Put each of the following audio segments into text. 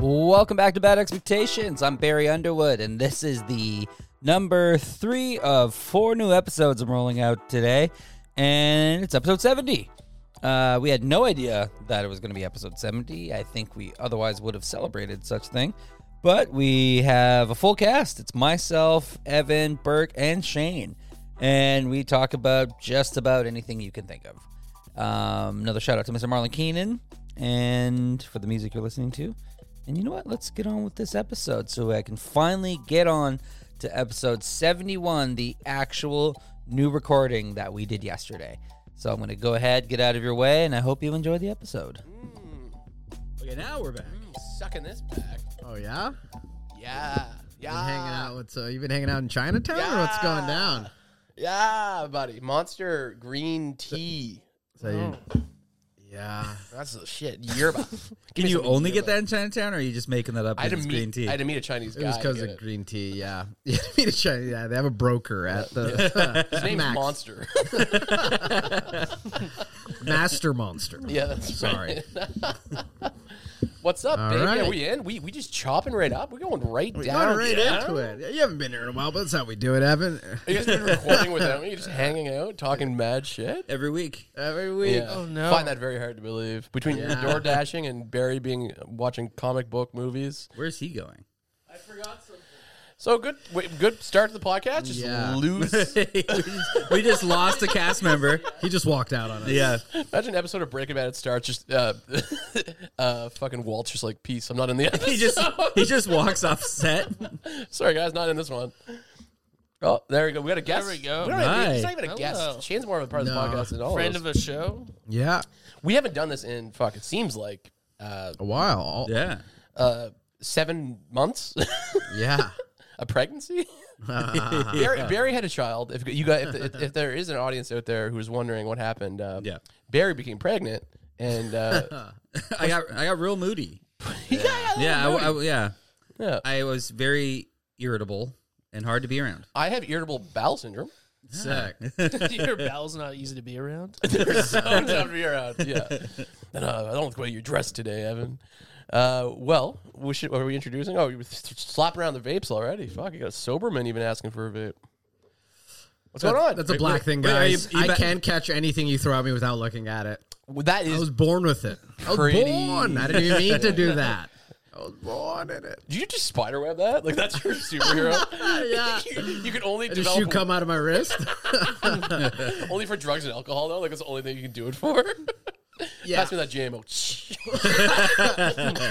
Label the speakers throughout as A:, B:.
A: Welcome back to Bad Expectations. I'm Barry Underwood, and this is the number three of four new episodes I'm rolling out today, and it's episode 70. Uh, we had no idea that it was going to be episode 70. I think we otherwise would have celebrated such thing. But we have a full cast. It's myself, Evan, Burke, and Shane. And we talk about just about anything you can think of. Um, another shout out to Mr. Marlon Keenan and for the music you're listening to. And you know what? Let's get on with this episode so I can finally get on to episode 71, the actual new recording that we did yesterday. So I'm going to go ahead, get out of your way, and I hope you enjoy the episode.
B: Okay, now we're back.
C: Mm, sucking this back.
B: Oh yeah,
C: Yeah.
B: Been
C: Yeah.
B: hanging
A: Ah.
B: out. What's uh, you been hanging out in Chinatown or what's going down?
C: Yeah, buddy. Monster green tea.
B: So you, Oh. yeah.
C: That's the shit. Yerba.
A: Can you only get that in Chinatown, or are you just making that up?
C: I had to
A: as
C: meet.
A: green tea.
C: I had to meet a Chinese
B: It
C: guy.
B: was
C: to
B: because
C: get
B: of
C: it.
B: green tea. Yeah. Yeah, me to China, yeah. They have a broker at the
C: His name's
B: Max.
C: Monster.
B: Master Monster.
C: yeah, that's
B: Sorry.
C: right. What's up,
B: All
C: baby?
B: right.
C: Are we in? We we just chopping right up. We're going right
B: We're
C: down.
B: going right
C: yeah?
B: into it. You haven't been here in a while, but that's how we do it, Evan.
C: You guys been recording with him? You just hanging out, talking mad shit.
A: Every week.
B: Every week.
C: Oh no! Find that very hard to believe. Between your
B: Yeah.
C: door dashing and Barry being watching comic book movies.
A: Where's he going?
C: So good, wait, good start to the podcast. Just
B: Yeah.
C: loose.
A: we just lost a cast member.
B: He just walked out on us.
A: Yeah.
C: Imagine an episode of Breaking Bad. It starts just uh, uh, fucking Walt's just like peace. I'm not in the episode.
A: He just he just walks off set.
C: Sorry guys, not in this one. Oh, there we go. We got a guest.
D: There we go.
C: We don't have-
A: Hi.
C: He's not even a
D: Hello.
C: guest. Shane's more of a part of the
B: No.
C: podcast than all
D: friend
C: of us.
D: of a show.
B: Yeah.
C: We haven't done this in fuck. It seems like uh,
B: A while.
A: Yeah.
C: uh, seven months.
B: Yeah.
C: a pregnancy. Barry, Barry had a child. If you guys, if, if, if there is an audience out there who's wondering what happened, uh,
A: Yeah.
C: Barry became pregnant, and uh,
A: I got I got real moody.
C: yeah, yeah,
A: Yeah. I, I- yeah.
C: yeah.
A: I was very irritable and hard to be around.
C: I have irritable bowel syndrome.
B: Sick.
D: Your bowel's not easy to be around.
C: They're so tough to be around. uh, Yeah. And, uh, I don't like the way you're dressed today, Evan. Uh, well, we should, are we introducing? Oh, you were th- slapping around the vapes already. Fuck, you got a Soberman even asking for a vape. What's going on?
B: That's a black thing,
A: wait, are you-
B: guys.
A: you
B: I
A: ba-
B: can catch anything you throw at me without looking at it.
C: Well, that
B: I
C: is.
B: was born with it. I was
C: Pretty-
B: born. I didn't even mean to do that. I was born in it.
C: Did you just spiderweb that? Like that's your superhero.
B: Yeah.
C: you, you can only
B: Did
C: develop
B: you come out of my wrist?
C: only for drugs and alcohol though. Like that's the only thing you can do it for.
B: yeah.
C: Pass me that JMO.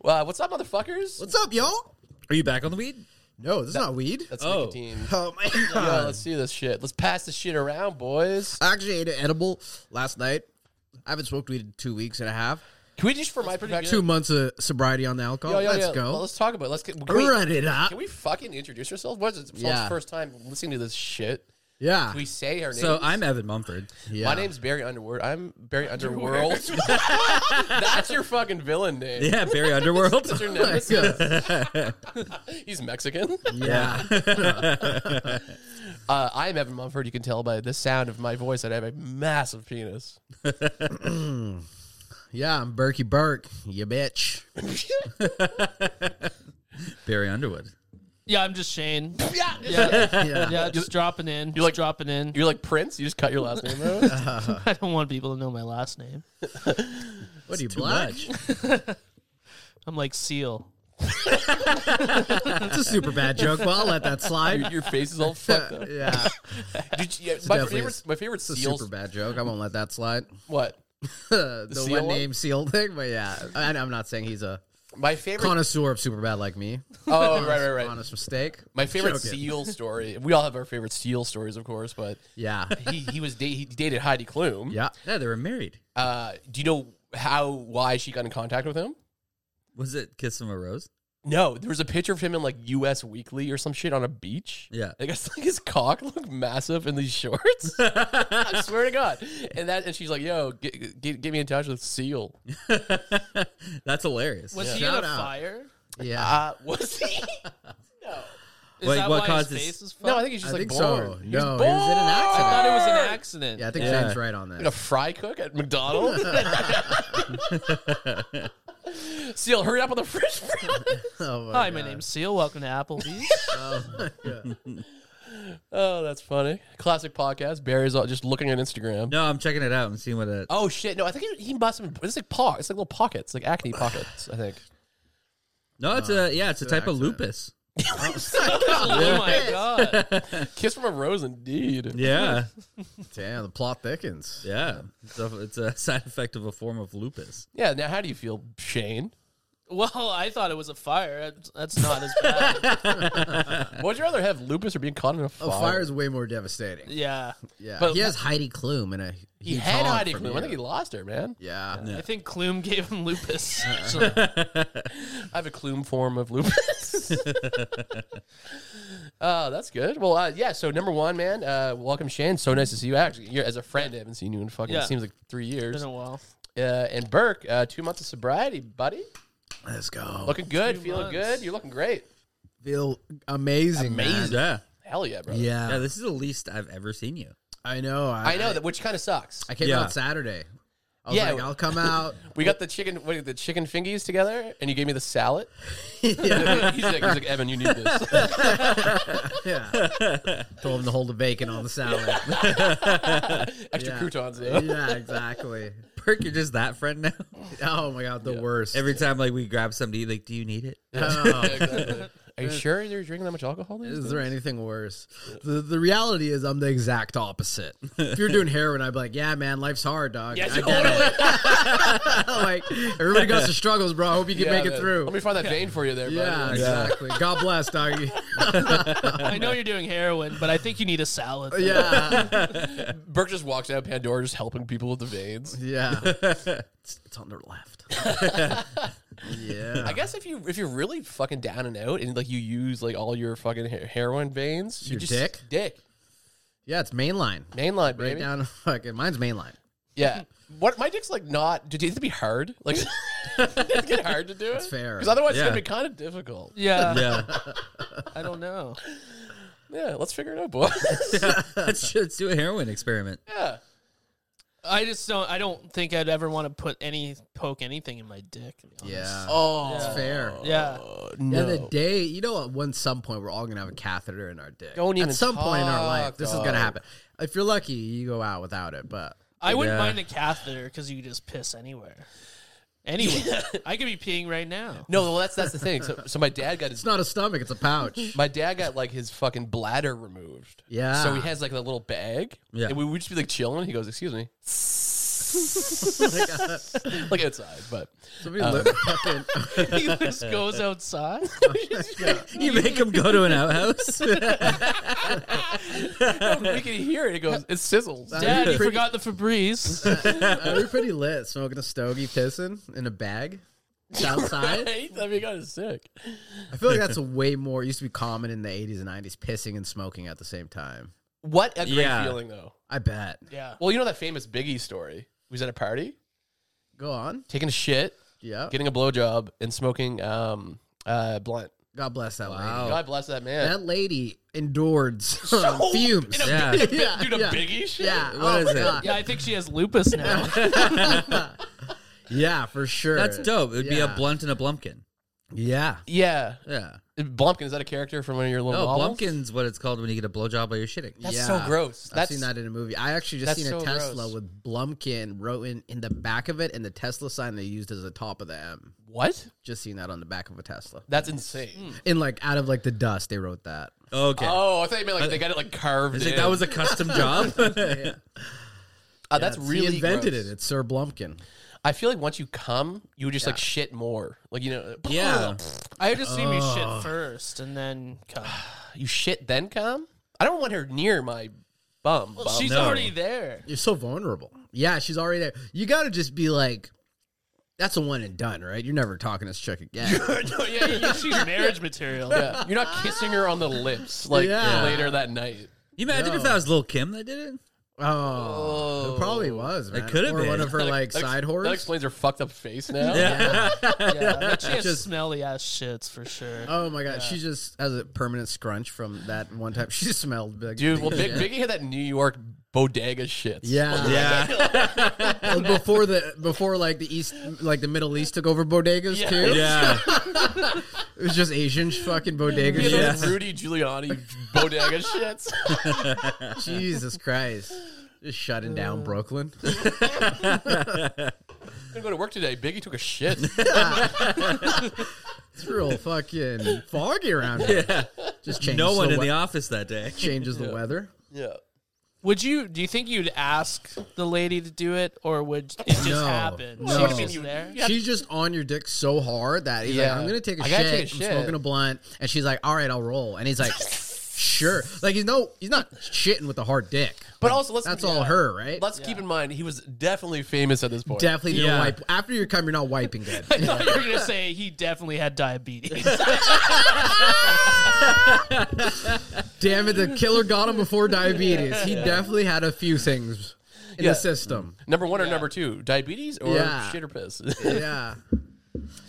C: well, uh, what's up, motherfuckers?
B: What's up, y'all?
A: Are you back on the weed?
B: No, this is not weed.
C: that's
A: Oh.
C: nicotine.
B: Oh my
C: Yo,
B: god!
C: let's see this shit. Let's pass this shit around, boys.
B: I actually ate an edible last night. I haven't smoked weed in two weeks and a half.
C: Can we just for my protection?
B: Two months of sobriety on the alcohol.
C: Yo, yo,
B: Let's
C: yo,
B: go.
C: Let's talk about. It. Let's get. Can we,
B: Run it up.
C: can we fucking introduce ourselves? What is it?
B: Yeah.
C: First time listening to this shit.
B: yeah.
C: Can we say our names?
A: So Oh, I'm Evan Mumford.
B: yeah.
C: My name's Barry Underwood. I'm Barry Underworld. That's your fucking villain name.
A: Yeah, Barry Underworld.
C: That's your
B: Oh my
C: nemesis.
B: God.
C: He's Mexican.
B: yeah.
C: Uh, I'm Evan Mumford. You can tell by the sound of my voice that I have a massive penis.
B: Yeah. I'm Berkey Burke. You bitch.
A: Barry Underwood.
D: Yeah, I'm just Shane.
C: yeah.
B: Yeah.
D: Yeah, just dropping in. Just
C: like-
D: dropping in.
C: You're like Prince. You just cut your last name out.
D: I don't want people to know my last name.
B: What are you black?
D: I'm like Seal.
B: That's a super bad joke. Well, I'll let that slide.
C: your, your face is all fucked up.
B: yeah.
C: Did you, yeah, my,
B: definitely
C: favorite,
B: is-
C: my favorite
B: It's a
C: seals.
B: super bad joke. I won't let that slide.
C: What?
B: the
C: seal
B: one
C: one?
B: name seal thing, but yeah, I, I'm not saying he's a
C: My favorite.
B: connoisseur of super bad like me.
C: oh, right, right, right.
B: Honest mistake.
C: My favorite
B: Joking.
C: seal story. We all have our favorite seal stories, of course, but
B: Yeah,
C: he, he was da- he dated Heidi Klum.
B: yeah.
A: Yeah, they were married.
C: Uh, do you know how why she got in contact with him?
A: Was it Kiss from a Rose?
C: No, there was a picture of him in like U.S. Weekly or some shit on a beach.
A: Yeah.
C: I guess like his cock looked massive in these shorts. I swear to God. And that, and she's like, "Yo, get, get, get me in touch with Seal."
A: That's hilarious.
D: Was he in a
B: Shout out.
D: fire?
B: Yeah.
C: Uh, was he? no,
D: Is
A: Wait,
D: that
A: what
D: why
A: caused
D: his
A: this-
D: face is fucked?
C: no, I think he's just
B: I
C: like
B: think
C: born.
B: so.
C: He
B: No, he
C: was
B: was in an
D: I
B: accident.
D: thought it was an
C: born.
D: accident.
B: yeah, I think
A: Yeah.
B: Shane's right on
C: Like a
B: that.
C: fry cook at McDonald's. Seal, hurry up on the fridge.
B: Oh
D: Hi, my
B: God.
D: name's Seal. Welcome to Applebee's.
B: Oh, yeah.
C: oh, that's funny. Classic podcast. Barry's all- just looking at Instagram.
A: No, I'm checking it out and seeing what it.
C: Oh shit! No, I think he, he must have. It's like paw. It's like little pockets, like acne pockets. I think.
A: No, it's a yeah, it's a
B: it's an
A: type of
B: accident.
A: lupus.
D: oh my god!
C: Kiss from a rose, indeed.
A: Yeah,
B: Damn, the plot thickens.
A: yeah. It's a, it's a side effect of a form of lupus.
C: Yeah. Now, how do you feel, Shane?
D: Well, I thought it was a fire. That's- That's not as bad.
C: Would you rather have lupus or being caught in a
B: Oh,
C: fire?
B: fire is way more devastating.
D: Yeah,
B: Yeah,
C: But-
B: he has Heidi Klum and a
C: He had Heidi Klum. I think he lost her, man.
B: yeah.
D: I think Klum gave him lupus.
C: I have a Klum form of lupus. uh, that's good. Well, uh, yeah. So number one, man, uh, welcome Shane. So nice to see you. Actually, you're, as a friend, I haven't seen you in fucking
D: Yeah.
C: seems like three years.
D: Been a while.
C: Uh, and Burke, uh, two months of sobriety, buddy.
B: Let's go.
C: Looking good,
D: Two
C: feeling
D: months.
C: good. You're looking great.
B: feel amazing, man.
A: Yeah,
C: Hell yeah, bro.
B: Yeah.
A: yeah. This is the least I've ever seen you.
B: I know. I,
C: I know that, which kind of sucks.
B: I came
A: Yeah.
B: out Saturday. I was
C: Yeah.
B: like, I'll come out.
C: We got the chicken, what, the chicken fingies together, and you gave me the salad. he's, like, he's like, Evan, you need this.
B: yeah. Told him to hold the bacon on the salad.
C: Extra
B: Yeah.
C: croutons. Though.
B: yeah, exactly.
A: Perk, you're just that friend now.
B: Oh my god, the worst.
A: Every time like we grab somebody, like, do you need it?
B: Oh.
C: Are you sure you're drinking that much alcohol? these
B: Is
C: days?
B: there anything worse? The the reality is I'm the exact opposite. If you're doing heroin, I'd be like, yeah, man, life's hard, dog.
D: Yes,
B: I get it. like everybody got their struggles, bro. I hope you can
C: Yeah,
B: make it
C: man.
B: through.
C: Let me find that vein for you there,
B: yeah,
C: buddy.
B: exactly. God bless, dog.
D: I know you're doing heroin, but I think you need a salad.
B: yeah,
C: Burke just walks out of Pandora just helping people with the veins.
B: yeah. It's, it's on their left. yeah.
C: I guess if you if you're really fucking down and out and like you use like all your fucking he- heroin veins, you
B: Your
C: just
B: dick?
C: dick,
B: Yeah, it's mainline.
C: mainline
B: Right
C: baby.
B: down, fucking. Mine's mainline.
C: Yeah. What my dick's like not? Did it be hard? Like, does it get hard to do it?
B: fair.
C: Because otherwise it's
A: Yeah.
C: gonna be kind of difficult.
D: Yeah,
A: Yeah,
D: I don't know.
C: Yeah, let's figure it out, boys.
A: let's, let's do a heroin experiment.
C: yeah.
D: I just don't. I don't think I'd ever want to put any poke anything in my dick. to be honest.
B: Yeah.
C: Oh,
B: It's fair.
D: Yeah.
B: Yeah,
C: Uh, no.
B: the day you know at one some point we're all gonna have a catheter in our dick.
C: Don't even
B: at some point in our
C: talk,
B: life, this is
C: dog.
B: gonna happen. If you're lucky, you go out without it, but
D: I wouldn't
A: Yeah.
D: mind a catheter because you could just piss anywhere. Anywhere. I could be peeing right now.
C: no, well, that's that's the thing. So, so my dad got his
B: it's not a stomach, it's a pouch.
C: my dad got like his fucking bladder removed.
B: Yeah.
C: So he has like a little bag.
A: Yeah.
C: And we would just be like chilling. He goes, "Excuse me," like outside, but
B: Somebody li-
C: Uh,
B: fucking-
D: he just goes outside.
A: You make him go to an outhouse.
C: we can hear it. It goes, "It sizzles."
D: Dad, you
B: Pretty-
D: forgot the Febreze.
B: uh, we're pretty lit, smoking a stogie, pissing in a bag. It's outside.
C: Right? I mean, kind of sick.
B: I feel like that's a way more it used to be common in the eighties and nineties, pissing and smoking at the same time.
C: What a great
A: Yeah.
C: feeling, though.
B: I bet.
D: yeah.
C: Well, you know that famous Biggie story. He was at a party,
B: Go on.
C: taking a shit,
B: Yeah.
C: getting a blowjob, and smoking um uh blunt.
B: God bless that lady.
C: God bless that man.
B: That lady endured some fumes.
A: a- Yeah.
B: yeah,
C: Dude, a
B: yeah.
C: Biggie shit.
B: Yeah.
A: What
B: oh
A: is
B: my
A: it?
B: God.
D: Yeah, I think she has lupus now.
B: Yeah, for sure.
A: That's dope. It'd be a
B: Yeah.
A: blunt and a blumpkin.
B: Yeah.
C: Yeah.
B: Yeah.
C: Blumpkin is that a character from one of your little
A: Oh,
C: novels?
A: blumpkin's what it's called when you get a blowjob while you're shitting.
C: That's
B: Yeah.
C: so gross.
B: uh, I've
C: That's
B: seen that in a movie. I actually just
C: that's
B: seen a
C: so
B: Tesla
C: gross.
B: with Blumkin wrote in, in the back of it and the Tesla sign they used as the top of the M.
C: what?
B: Just seen that on the back of a Tesla.
C: That's insane.
B: In like out of like the dust they wrote that.
A: Okay.
C: Hmm. Oh, I thought you meant like they got it like carved.
A: It's like
C: in.
A: that was a custom job.
C: Uh, that's really
B: he invented
C: gross.
B: it. It's Sir Blumkin.
C: I feel like once you come, you would just like shit more. Like you know,
A: yeah.
D: I would assume you shit first and then come.
C: you shit then come. I don't want her near my bum. bum.
D: She's
A: no.
D: already there.
B: You're so vulnerable. Yeah, she's already there. You got to just be like, that's a one and done, right? You're never talking to this chick again.
D: No, yeah, yeah, she's marriage material.
C: Yeah. You're not kissing her on the lips like
B: Yeah.
C: later that night.
A: You imagine if
B: No.
A: that was Lil Kim that did it?
B: oh,
C: Oh,
B: it probably was. Man.
A: could have
B: Or
A: been.
B: one of her like
C: That ex-
B: side
C: That
B: whores.
C: explains her fucked up face now.
A: Yeah.
D: Yeah, but she has
B: Just-
D: smelly ass shits for sure.
B: Oh my god, she just has a permanent scrunch from that one time. She smelled big.
C: Dude, well, Big, Biggie had that New York bodega shits.
B: Yeah.
E: Yeah.
B: before the before like the east like the Middle East took over bodegas
D: Yeah.
B: too.
E: Yeah.
B: It was just Asian sh- fucking bodegas.
C: You know,
E: Yeah.
C: those Rudy Giuliani bodega shits.
B: Jesus Christ. Just shutting down Brooklyn.
C: I'm going to work today. Biggie took a shit.
B: It's real fucking foggy around here. Just changes
E: No one
B: the
E: in
B: we-
E: the office that day.
B: changes the weather.
C: yeah.
D: Would you? Do you think you'd ask the lady to do it, or would it just
B: No.
D: happen?
B: No.
D: She was just there.
B: She's just on your dick so hard that he's
C: Yeah.
B: like, I'm gonna take a
C: I
B: shit.
C: gotta take a
B: I'm
C: shit."
B: smoking a blunt, and she's like, All right, I'll roll. And he's like, Sure. Like he's no, he's not shitting with a hard dick.
C: But
B: Like,
C: also, let's
B: that's
C: yeah.
B: all her, right?
C: Let's keep in mind he was definitely famous at this point.
B: Definitely
E: Yeah.
B: no wipe. After you come, you're not wiping good.
D: I thought you were gonna say he definitely had diabetes.
B: Damn it, the killer got him before diabetes. He definitely had a few things in
C: Yeah.
B: the system.
C: number one or number two, diabetes or
B: Yeah.
C: shit or piss.
B: Yeah.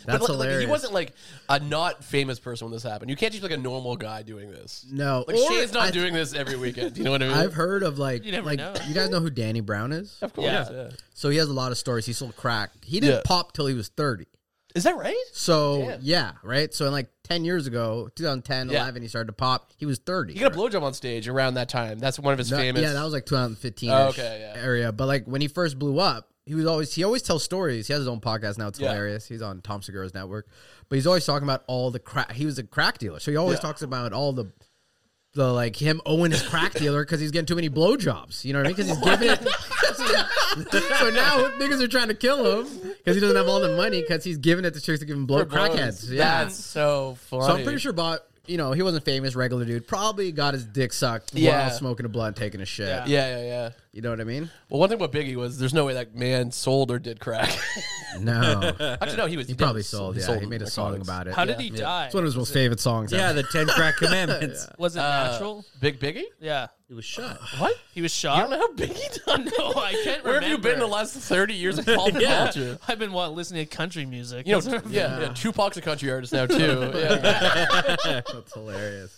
B: That's
C: like,
B: hilarious.
C: he wasn't like a not famous person when this happened. You can't just be like a normal guy doing this.
B: No.
C: Like
B: Or
C: Shane's not
B: I-
C: doing this every weekend. You know what I mean?
B: I've heard of like
D: You never
B: like
D: know.
B: you guys know who Danny Brown is?
C: of course.
D: Yeah.
C: yeah.
B: So he has a lot of stories. He sold crack. He didn't
C: Yeah.
B: pop till he was 30.
C: Is that right?
B: So
C: Damn.
B: yeah, right? So in like 10 years ago, 2010,
C: Yeah.
B: 11 he started to pop. He was 30.
C: He got a blowjob on stage around that time. That's one of his
B: No,
C: famous.
B: Yeah, that was like 2015
C: Oh, okay, yeah.
B: area. But like when he first blew up, he was always he always tells stories. He has his own podcast now. It's
C: Yeah.
B: hilarious. He's on Tom Segura's network, but he's always talking about all the crack. He was a crack dealer, so he always
C: Yeah.
B: talks about all the. The like him owing his crack dealer because he's getting too many blowjobs. You know what I mean? Because he's giving it. so now niggas are trying to kill him because he doesn't have all the money because he's giving it to chicks to give him blow
C: For blows.
B: crackheads. Yeah,
C: That's so funny.
B: so I'm pretty sure Bob, you know, he wasn't famous, regular dude. Probably got his dick sucked
C: Yeah.
B: while smoking a blunt, taking a shit.
D: Yeah.
C: Yeah, yeah, yeah.
B: You know what I mean?
C: Well, one thing about Biggie was there's no way that man sold or did crack.
B: No,
C: Actually, no, he was
B: he probably sold. Yeah, he made a song about it.
D: How did he die?
B: It's one of his most favorite songs.
E: Yeah,
B: ever.
E: the Ten Crack Commandments.
D: Was it natural?
C: Big Biggie?
D: Yeah,
E: It was shut.
C: What?
D: he was
C: I don't
D: shot.
C: know how Biggie died.
D: no, I can't.
C: Where have you been the
D: remember.
C: last 30 years of pop
E: Yeah.
C: culture?
D: I've been what, listening to country music.
C: You know,
D: That's-
C: yeah, yeah, Tupac's a country artist now too. Yeah.
B: that's hilarious.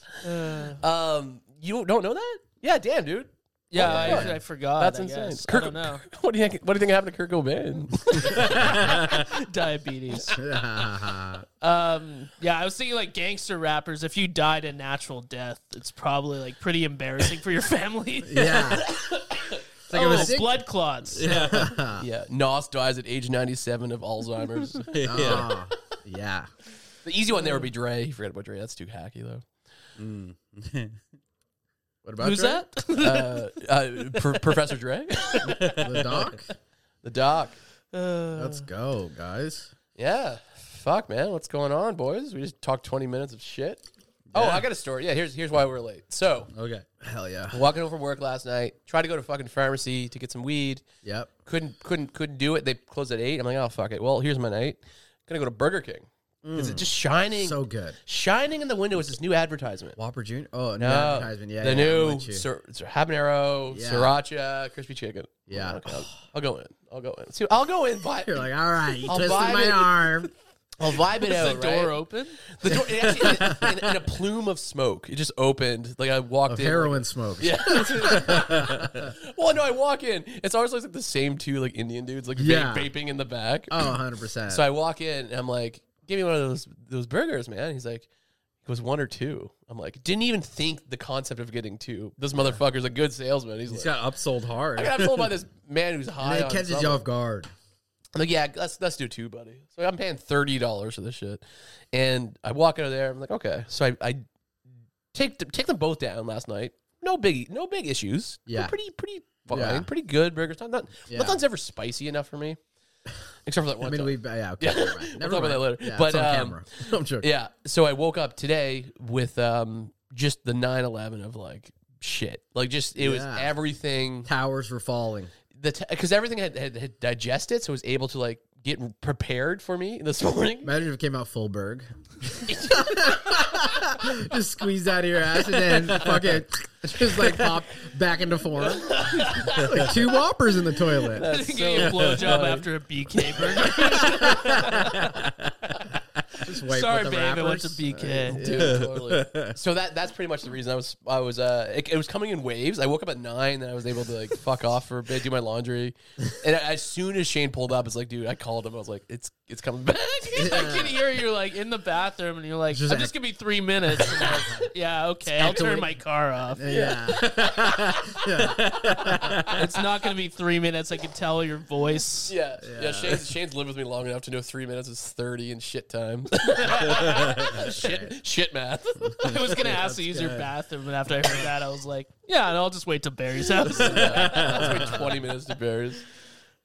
C: um, you don't know that? Yeah, damn, dude.
D: yeah, I, I
B: Oh,
D: forgot.
C: That's
D: I
C: insane.
D: guess. I
C: Kurt-
D: don't know.
C: What do you think? What do you think happened to Kurt Cobain?
D: Diabetes.
B: yeah,
D: Um, yeah, I was thinking like gangster rappers. If you died a natural death, it's probably like pretty embarrassing for your family.
B: it's like
D: oh,
B: if a sick-
D: blood clots.
B: Uh.
C: yeah, Nos dies at age 97 of Alzheimer's. the
E: Yeah.
B: Ah, yeah.
C: easy one there would be Dre. You forget about Dre. That's too hacky though.
B: What about
D: Who's
B: Dre?
D: that?
C: Uh, uh, Pro- Professor Dre,
B: The doc.
C: the doc.
D: Uh,
B: Let's go, guys.
C: Yeah. Fuck, man. What's going on, boys? We just talked 20 minutes of shit. Oh, I got a story. Yeah, here's here's why we're late. So,
E: Okay.
B: Hell yeah.
C: walking home from work last night, tried to go to fucking pharmacy to get some weed.
B: Yep.
C: Couldn't couldn't couldn't do it. They closed at eight. I'm like, oh fuck it. Well, here's my night. gonna go to Burger King. Is it just shining?
B: Mm. So good.
C: shining in the window is this new advertisement.
B: Whopper Jr. Oh, no.
C: No,
B: Advertisement. Yeah,
C: Uh, the
B: yeah, I'm
C: new
B: with you.
C: sir, sir, habanero,
B: Yeah.
C: sriracha, crispy chicken.
B: Yeah.
C: Okay, I'll, I'll go in. I'll go in. See, I'll go in. Buy,
B: You're like, all right, you
C: I'll
B: twisted
C: vibe
B: my
C: it.
B: arm.
C: I'll vibe it
D: is
C: out.
D: the
C: right?
D: door open?
C: The door, it actually, in, in a plume of smoke, it just opened. Like I walked
B: Of
C: in.
B: heroin smoke.
C: Yeah. well, no, I walk in. It's always like the same two like Indian dudes like va-
B: Yeah.
C: vaping in the back.
B: Oh, 100%.
C: So I walk in and I'm like, "Give me one of those those burgers, man." He's like, "It was one or two. I'm like, "Didn't even think the concept of getting two. This motherfucker's a good salesman." He's,
E: He's
C: like,
E: got upsold hard.
C: "I got told by this man who's high."
B: and
C: on
B: it catches you
C: something."
B: off guard.
C: I'm like, yeah, let's let's do two, buddy. So I'm paying thirty dollars for this shit, and I walk out of there. I'm like, okay. So I, I take th- take them both down last night. No big no big issues. They're
B: Yeah.
C: pretty pretty fine.
B: Yeah.
C: Pretty good burgers. Not, not
B: Yeah.
C: nothing's ever spicy enough for me, except for that
B: I
C: one.
B: mean,
C: time.
B: we yeah, okay, never mind.
C: We'll
B: Never
C: talk about
B: mind.
C: that later.
B: Yeah,
C: But,
B: it's on
C: um,
B: camera. I'm joking.
C: yeah. So I woke up today with um just the 9/11 of like shit. Like just it was
B: Yeah.
C: everything.
B: Towers were falling.
C: The because everything had, had had digested, so it was able to like get prepared for me this morning.
B: Imagine if it came out Fullberg. just squeeze out of your ass and then fucking just like pop back into form. like two whoppers in the toilet.
D: Didn't give you a blowjob after a BK burger.
B: Just wipe
D: Sorry,
B: with the Oh,
D: babe, I went to
B: rappers.
D: BK.
C: Dude, totally. So that that's pretty much the reason I was I was uh it, it was coming in waves. I woke up at nine and I was able to like fuck off for a bit, do my laundry, and I, as soon as Shane pulled up, it's like, dude, I called him. I was like, it's it's coming back.
D: I can hear you like in the bathroom, and you're like,
B: Just
D: "I'm
B: act-
D: just gonna be three minutes." And like, yeah, okay. I'll turn my car off.
B: Yeah.
D: It's not gonna be three minutes. I can tell your voice.
C: yeah, yeah. Shane's, Shane's lived with me long enough to know three minutes is thirty and shit time. shit, shit math.
D: I was gonna ask to use your bathroom, and after I heard that, I was like, "Yeah, and I'll just wait till Barry's house."
C: That's been twenty minutes to bears.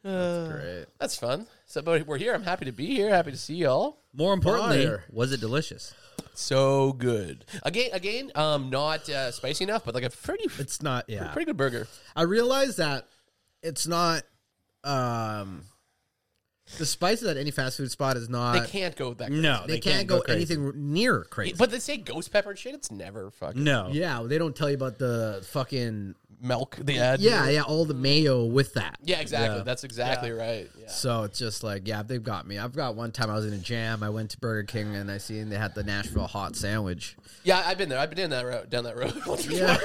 B: Great.
C: That's fun. So, but we're here. I'm happy to be here. Happy to see y'all.
E: More importantly,
B: Fire.
E: was it delicious?
C: So good. Again, again, um, not uh, spicy enough, but like a pretty,
B: It's not. Yeah.
C: pretty good burger.
B: I realize that it's not. Um, the spices at any fast food spot is not.
C: They
B: They
C: can't
B: can't,
C: go that.
E: No, they,
B: go,
E: crazy.
B: anything near crazy.
C: But they say ghost pepper and shit. It's never fucking
E: No,
B: yeah, they don't tell you about the fucking.
C: milk. They add.
B: Yeah, yeah, all the mayo with that.
C: Yeah, exactly. That's exactly right. Yeah.
B: So it's just like, yeah, they've got me. I've got one time I was in a jam. I went to Burger King and I seen they had the Nashville hot sandwich.
C: yeah, I've been there. I've been in that road, down that road.
B: Yeah.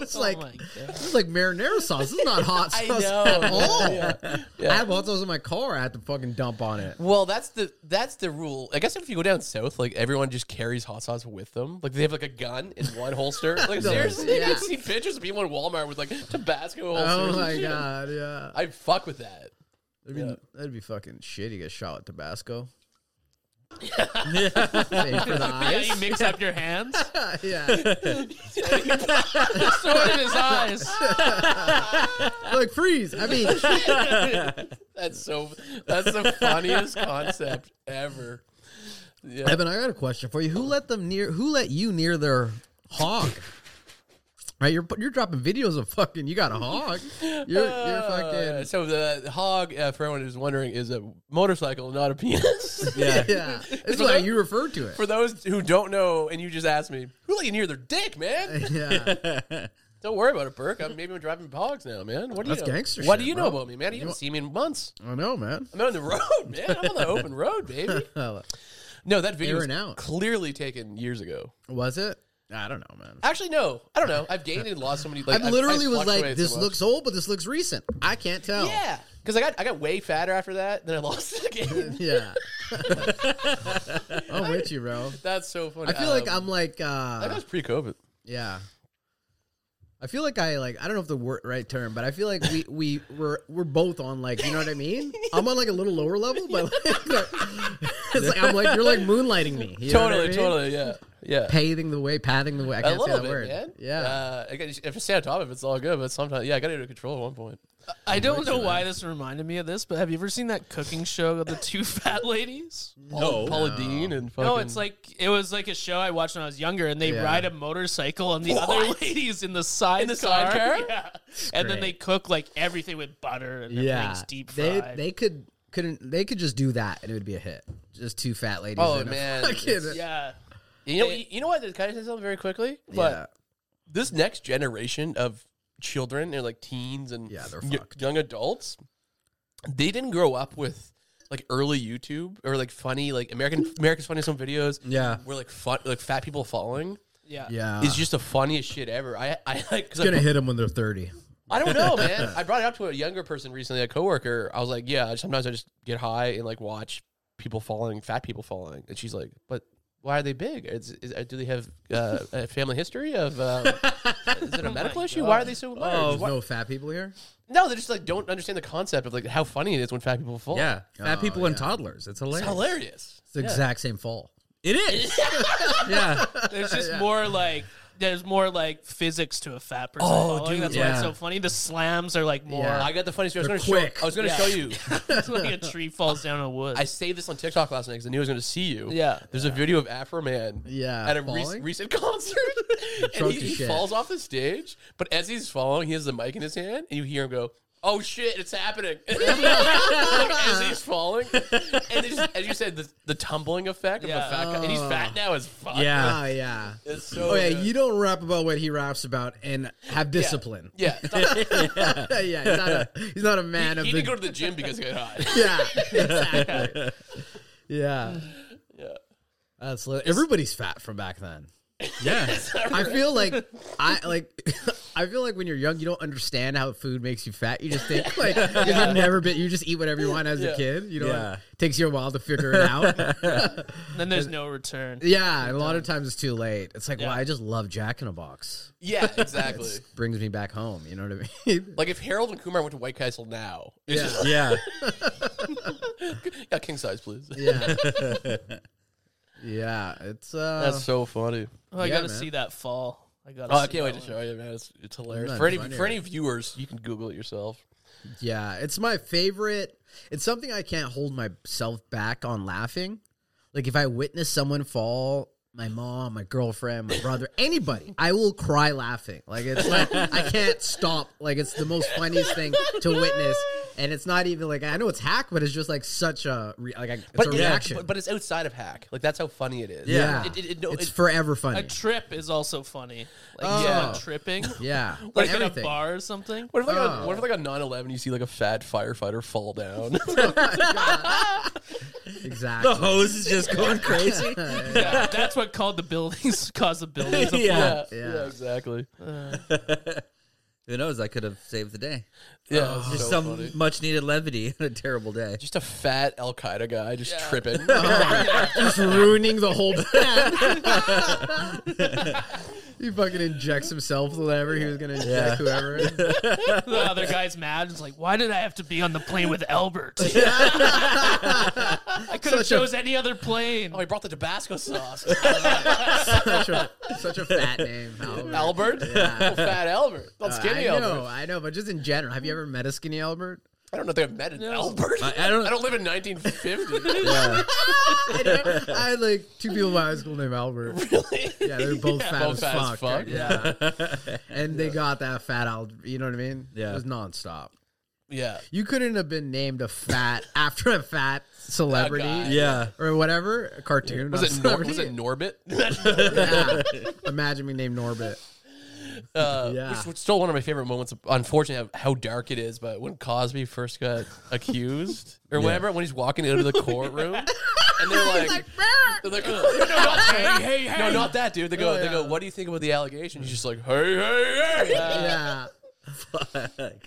B: It's
D: Oh
B: like
D: my God.
B: this is like marinara sauce. This is not hot
C: I
B: sauce
C: know.
B: at all.
C: Yeah.
B: I had once I was in my car, I had to fucking dump on it.
C: Well, that's the that's the rule. I guess if you go down south, like everyone just carries hot sauce with them. Like they have like a gun in one holster. Like seriously,
B: Yeah.
C: you see pictures of people in Walmart with like Tabasco
B: Oh
C: holsters. and
B: my
C: shit.
B: god, yeah.
C: I fuck with that.
B: That'd be,
C: Yeah.
B: that'd be fucking shit. You get shot with Tabasco. Same for the
D: Yeah,
B: eyes.
D: you mix up your hands.
B: yeah.
D: Sword in his eyes.
B: Like freeze. I mean,
C: That's so. That's the funniest concept ever. Yeah.
B: Evan, I got a question for you. Who let them near? Who let you near their hog? Right, you're you're dropping videos of fucking. You got a hog. You're you're
C: Uh,
B: fucking.
C: so the hog, uh, for anyone who's wondering, is a motorcycle, not a penis.
E: yeah.
B: Yeah, that's why you referred to it.
C: for those who don't know, and you just asked me, who let you near their dick, man?
B: Yeah,
C: don't worry about it, Burke. I'm, maybe I'm driving hogs now, man. What do
B: That's
C: you know?
B: gangster
C: What
B: shit,
C: do you know
B: bro.
C: about me, man? You haven't seen me in months.
B: I know, man.
C: I'm on the road, man. I'm on the open road, baby. No, that video
B: Airing
C: was
B: out.
C: clearly taken years ago.
B: Was it? I don't know, man.
C: Actually, no. I don't know. I've gained and lost so many. Like,
B: I literally
C: I've
B: was like,
C: fluctuated so
B: this
C: much.
B: looks old, but this looks recent. I can't tell.
C: Yeah, because I got I got way fatter after that. Then I lost it again.
B: yeah. I'm with you, bro.
C: That's so funny.
B: I feel like
C: Um,
B: I'm like,
C: That
B: uh,
C: was pre-COVID.
B: yeah. I feel like I like I don't know if the wor- right term, but I feel like we we we're we're both on like you know what I mean. I'm on like a little lower level, but like, it's like I'm like you're like moonlighting me. you know what I
C: Totally,
B: mean?
C: totally, yeah, yeah.
B: Paving the way, pathing the way. I
C: A
B: can't say
C: little
B: that
C: bit,
B: word.
C: man.
B: Yeah,
C: Uh, I guess if I stay on top of it, it's all good. But sometimes, yeah, I got to control at one point.
D: I don't know why this reminded me of this, but have you ever seen that cooking show of the two fat ladies?
C: Paula, Paula Dean and fucking.
D: No, it's like it was like a show I watched when I was younger, and they
B: Yeah.
D: ride a motorcycle and the other ladies in the side
C: the
D: car,
C: sidecar?
D: yeah, and then they cook like everything with butter and
B: yeah.
D: everything's deep
B: They
D: fried.
B: they could couldn't they could just do that and it would be a hit. Just two fat ladies.
C: Oh,
B: and a
C: man.
B: fucking-
D: yeah,
C: you know, you know what? Can I say something very quickly? But
B: Yeah.
C: this next generation of children, they're like teens and
B: Yeah, they're
C: y-
B: fucked.
C: young adults. They didn't grow up with like early YouTube or like funny like American America's Funniest Home Videos.
B: Yeah. Uh-huh.
C: where like fun like fat people falling
D: yeah,
B: Yeah.
C: is just the funniest shit ever. I I like cause I,
B: gonna hit them when they're 30.
C: I don't know, man. I brought it up to a younger person recently, a coworker. I was like, yeah, sometimes I just get high and like watch people falling, fat people falling, and she's like, but. Why are they big? Is, is, do they have uh, a family history of? Um, is
B: Oh
C: it a medical issue? Why are they so large?
B: There's
C: Why-
B: Oh, no fat people here.
C: No, they just like don't understand the concept of like how funny it is when fat people fall.
E: Yeah. Fat
B: Oh,
E: people and
B: yeah.
E: toddlers. It's hilarious.
C: it's hilarious.
B: It's the exact same fall.
E: It is. yeah.
D: There's just more like there's more like physics to a fat person.
C: Oh,
D: following.
C: dude.
D: that's why it's
B: Yeah.
D: so funny. The slams are like more.
B: Yeah.
C: I got the funny story. I
B: They're
C: was going to
B: quick.
C: show. I was going to
D: Yeah.
C: show you.
D: it's like a tree falls down a wood.
C: I saved this on TikTok last night because I knew I was going to see you.
D: Yeah.
C: There's a video of Afro Man.
B: Yeah,
C: At a re-
B: falling?
C: recent concert, and
B: drunk
C: he,
B: as
C: he
B: shit.
C: falls off the stage. But as he's falling, he has the mic in his hand, and you hear him go. Oh shit! It's happening. Like, as he's falling, and it's, as you said, the, the tumbling effect of
D: Yeah.
C: a fat guy, and he's fat now as fuck.
E: Yeah.
B: Oh yeah.
C: it's so.
B: Oh yeah,
C: good.
B: you don't rap about what he raps about and have discipline.
C: yeah. He-
B: Yeah, he's, not a, he's not a man
C: he
B: of
C: didn't
B: the
C: go to the gym because he got hot.
B: Yeah, exactly. yeah. That's li- everybody's fat from back then.
E: Yeah.
B: I feel like I like I feel like when you're young, you don't understand how food makes you fat. You just think like you've never been. You just eat whatever you want as
C: Yeah.
B: a kid. You know,
E: Yeah.
B: it takes you a while to figure it out.
D: Then there's no return.
B: yeah, and a lot of times it's too late. It's like,
D: Yeah.
B: well, I just love Jack in a Box.
C: Yeah, exactly.
B: Brings me back home. You know what I mean?
C: like if Harold and Kumar went to White Castle now, it's
B: Yeah.
E: Yeah.
C: just yeah, king size, please.
B: Yeah, yeah. It's uh,
C: That's so funny.
D: Oh, I
B: Yeah,
D: gotta
B: man.
D: see that fall. I gotta.
C: Oh,
D: see
C: I can't wait
D: that
C: to show you, man. It's, it's hilarious.
B: That's
C: For any
B: funny.
C: for any viewers, you can Google it yourself.
B: Yeah, it's my favorite. It's something I can't hold myself back on laughing. Like if I witness someone fall, my mom, my girlfriend, my brother, anybody, I will cry laughing. Like it's like I can't stop. Like it's the most funniest thing to witness. And it's not even like I know it's hack, but it's just like such a re- like I, it's a
C: it-
B: reaction.
C: but, but it's outside of hack. Like that's how funny it is.
B: yeah,
C: It, it, it, no,
B: it's
C: it-
B: forever
D: A
B: funny.
D: trip is also funny. Like
B: Oh.
D: someone tripping,
B: yeah,
D: like in a
B: everything.
D: bar or something.
C: what if like on,
B: Oh.
C: what if like on 9-11 you see like a fat firefighter fall down?
B: Exactly.
E: The hose is just going crazy.
D: Yeah, that's what called the buildings caused the buildings. to
E: yeah.
B: Yeah.
C: exactly.
E: Who knows? I could have saved the day. Oh,
C: Yeah, it's
E: Just
C: so
E: some
C: funny.
E: much needed levity on a terrible day.
C: Just a fat Al Qaeda guy just
D: Yeah.
C: tripping. Oh,
B: just ruining the whole plan. he fucking injects himself with whatever he was gonna inject whoever.
D: fall. The other guy's mad. It's like, why did I have to be on the plane with Albert? I could have
B: Such a-
D: chose any other plane.
C: oh, he brought the Tabasco sauce.
B: such, a, such a fat name. Albert.
C: Albert, oh, fat Albert, not
B: I
C: skinny
B: know,
C: Albert.
B: I know, but just in general, have you ever met a skinny Albert?
C: I don't know if I've met an Albert.
E: I- I don't-
C: live in 1950.
B: I, know, I had like two people in my high school named Albert.
C: really?
B: Yeah, they're both fat,
C: Both
B: as,
C: fat as
B: fuck.
C: fuck.
B: Yeah, and they got that fat Albert. You know what I mean?
E: Yeah.
B: it was nonstop.
C: Yeah.
B: You couldn't have been named a fat after a fat celebrity.
C: guy.
E: Yeah.
B: or whatever a cartoon.
C: Oh, Was
B: not
C: it
B: a
C: Nor- was it
B: celebrity.
C: Norbit?
B: Yeah. Imagine me named Norbit.
C: Uh,
B: Yeah.
C: Which was still one of my favorite moments. of- Unfortunately, how how dark it is. But when Cosby first got accused, or whenever when he's walking into the courtroom, and they're like. they're like, "Ugh." no, not, hey, hey, hey. no, not that, dude. They go, they
B: yeah.
C: go. What do you think about the allegation? He's just like, hey, hey, hey.
B: Yeah.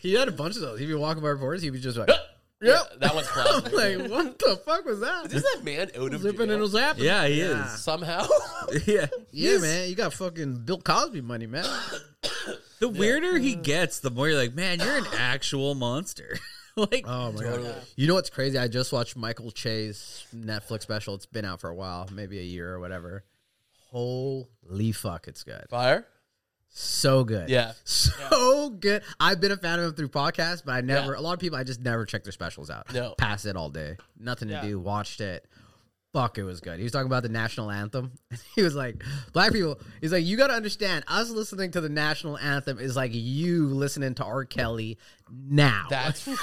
B: He had a bunch of those. He'd be walking by reporters, he'd be just like,
C: Yeah, that one's classic.
B: like, what the fuck was that?
C: Is that man out of
B: Zipping in
C: jail
B: his app.
E: Yeah, he is.
C: somehow?
E: Yeah.
B: Yeah, man. You got fucking Bill Cosby money, man.
E: The weirder he gets, the more you're like, man, you're an actual monster. like,
B: Oh, my
C: Totally.
B: God. You know what's crazy? I just watched Michael Che's Netflix special. It's been out for a while, maybe a year or whatever. Holy fuck, it's good.
C: Fire.
B: So good.
C: Yeah.
B: So good. I've been a fan of them through podcasts, but I never, a lot of people, I just never check their specials out.
C: No.
B: Pass it all day. Nothing to
D: Yeah.
B: do. Watched it. Fuck, it was good. He was talking about the national anthem. He was like, Black people, he's like, you got to understand, us listening to the national anthem is like you listening to R. Kelly now.
C: That's
E: yeah.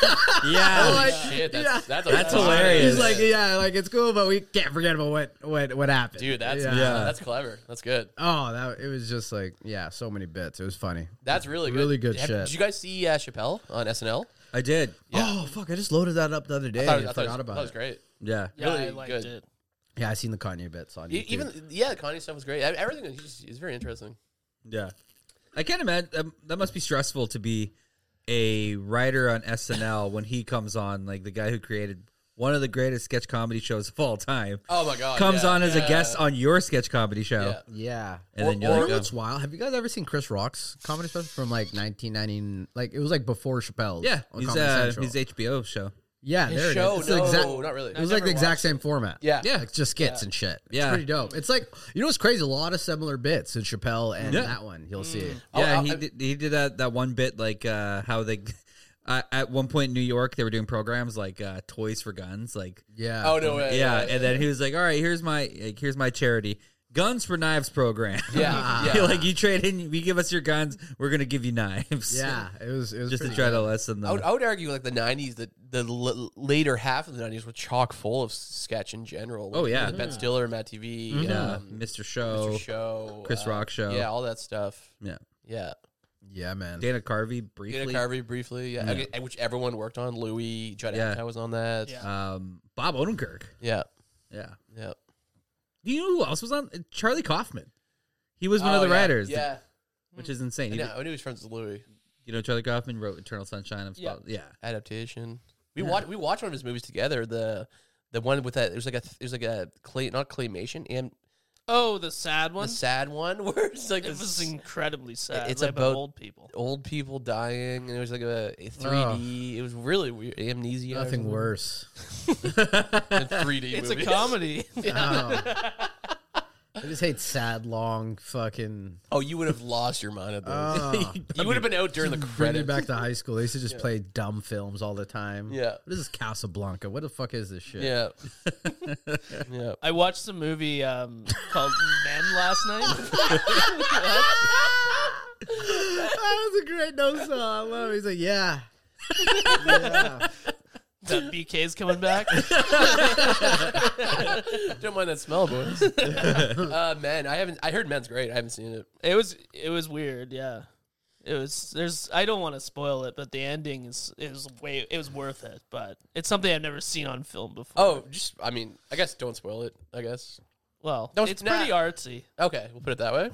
B: Like,
C: shit. That's,
B: yeah.
C: that's,
E: That's
C: fire.
E: hilarious.
B: He's like, yeah, like it's cool, but we can't forget about what what what happened,
C: dude. That's
B: yeah.
E: Yeah.
C: that's clever. That's good.
B: Oh, that it was just like, yeah, so many bits. It was funny.
C: That's really good.
B: Really good
C: Have-
B: shit.
C: Did you guys see uh, Chappelle on SNL?
E: I did.
B: Oh fuck, I just loaded that up the other day. I,
C: I
B: forgot
C: it was,
B: about
C: that was
B: it.
C: great.
E: Yeah.
D: yeah, I
C: really
D: liked
C: good.
D: it.
B: Yeah, I seen the Kanye bits on
C: E-
B: YouTube.
C: Even yeah, the Kanye stuff was great. I- Everything is just- is very interesting.
E: Yeah. I can't imagine um, that must be stressful to be a writer on SNL when he comes on, like the guy who created one of the greatest sketch comedy shows of all time,
C: Oh my god,
E: comes
C: yeah.
E: on as
C: Yeah.
E: a guest on your sketch comedy show.
C: Yeah.
B: yeah,
E: And
B: or,
E: then you're like,
B: or
E: oh.
B: what's wild? Have you guys ever seen Chris Rock's comedy special from like 1990? Like it was like before Chappelle's.
E: Yeah,
B: on
E: he's
B: Comedy
E: uh,
B: Central.
E: his HBO show.
B: yeah,
C: His
B: there
C: show?
B: it is. It's the
C: No,
B: exact-
C: not really.
B: It was
C: I've
B: like the
C: never
B: exact
C: watched
B: same format.
C: Yeah.
B: yeah, it's just skits and shit. It's
E: Yeah.
B: pretty dope. It's like you know what's crazy? A lot of similar bits in Chappelle and
E: Yeah.
B: that one. You'll see it.
C: Oh,
E: Yeah,
C: I-
E: he
C: I-
E: did, he did that that one bit like uh, how they uh, at one point in New York they were doing programs like uh, Toys for Guns, like
B: Yeah.
C: Oh no way.
E: yeah, and then he was like, all right, here's my like, here's my charity guns for knives program.
C: yeah, yeah.
E: You're like you trade in, you give us your guns, we're gonna give you knives.
B: Yeah, it was. It was
E: just to
B: pretty
E: try
B: good.
E: to lessen the.
C: I would, I would argue like the '90s, the the l- later half of the '90s were chock full of sketch in general. Like,
E: Oh, yeah. Mm-hmm.
C: with Ben Stiller, Matt TV,
E: yeah,
C: um,
E: Mr. Show,
C: Mr. Show,
E: Chris
C: um,
E: Rock Show.
C: yeah, all that stuff.
E: yeah,
C: Yeah,
B: Yeah, man.
E: Dana Carvey briefly.
C: Dana Carvey briefly, yeah, okay, which everyone worked on. Louis, Judd
E: Yeah.
C: Apatow was on that.
D: Yeah.
E: um, Bob Odenkirk.
C: yeah,
E: Yeah,
C: yeah.
E: Do you know who else was on? Charlie Kaufman. He was one of
C: Oh,
E: the
C: yeah,
E: writers,
C: Yeah.
E: which is insane.
C: I
E: He-
C: know- I knew he was friends with Louis.
E: You know, Charlie Kaufman wrote Eternal Sunshine of
D: Yeah.
E: Spot. Yeah.
C: Adaptation. We watched we watched one of his movies together. The the one with that it was like a it was like a clay not claymation and
D: Oh, the sad
C: the
D: one.
C: sad one where it's like
D: it was
C: this
D: incredibly sad.
C: it's
D: It's like
C: about-
D: about old people.
C: old people dying and it was like a, a 3D. It was really weird. Amnesia. or
B: Nothing
C: something.
B: worse.
C: than 3D.
D: It's
C: movies.
D: a comedy. yeah.
B: Oh. I just hate sad, long fucking.
C: Oh, you would have lost your mind at those.
B: Oh.
C: you would have been out during the
B: Bring me
C: credits.
B: back to high school. They used to just play dumb films all the time.
C: Yeah.
B: What is this Casablanca? What the fuck is this shit?
C: Yeah. yeah.
D: I watched the movie um, called Men last night.
B: Ah, that was a great no song. I love it. He's like, yeah. yeah.
D: that BK's coming back.
C: Don't mind that smell, boys. uh, men, I haven't. I heard men's great. I haven't seen it.
D: It was it was weird. Yeah, it was. There's I don't want to spoil it, but the ending is is way it was worth it. But it's something I've never seen on film before.
C: Oh, just I mean, I guess don't spoil it. I guess.
D: well,
C: Don't-
D: it's
C: nah.
D: pretty artsy.
C: Okay, we'll put it that way.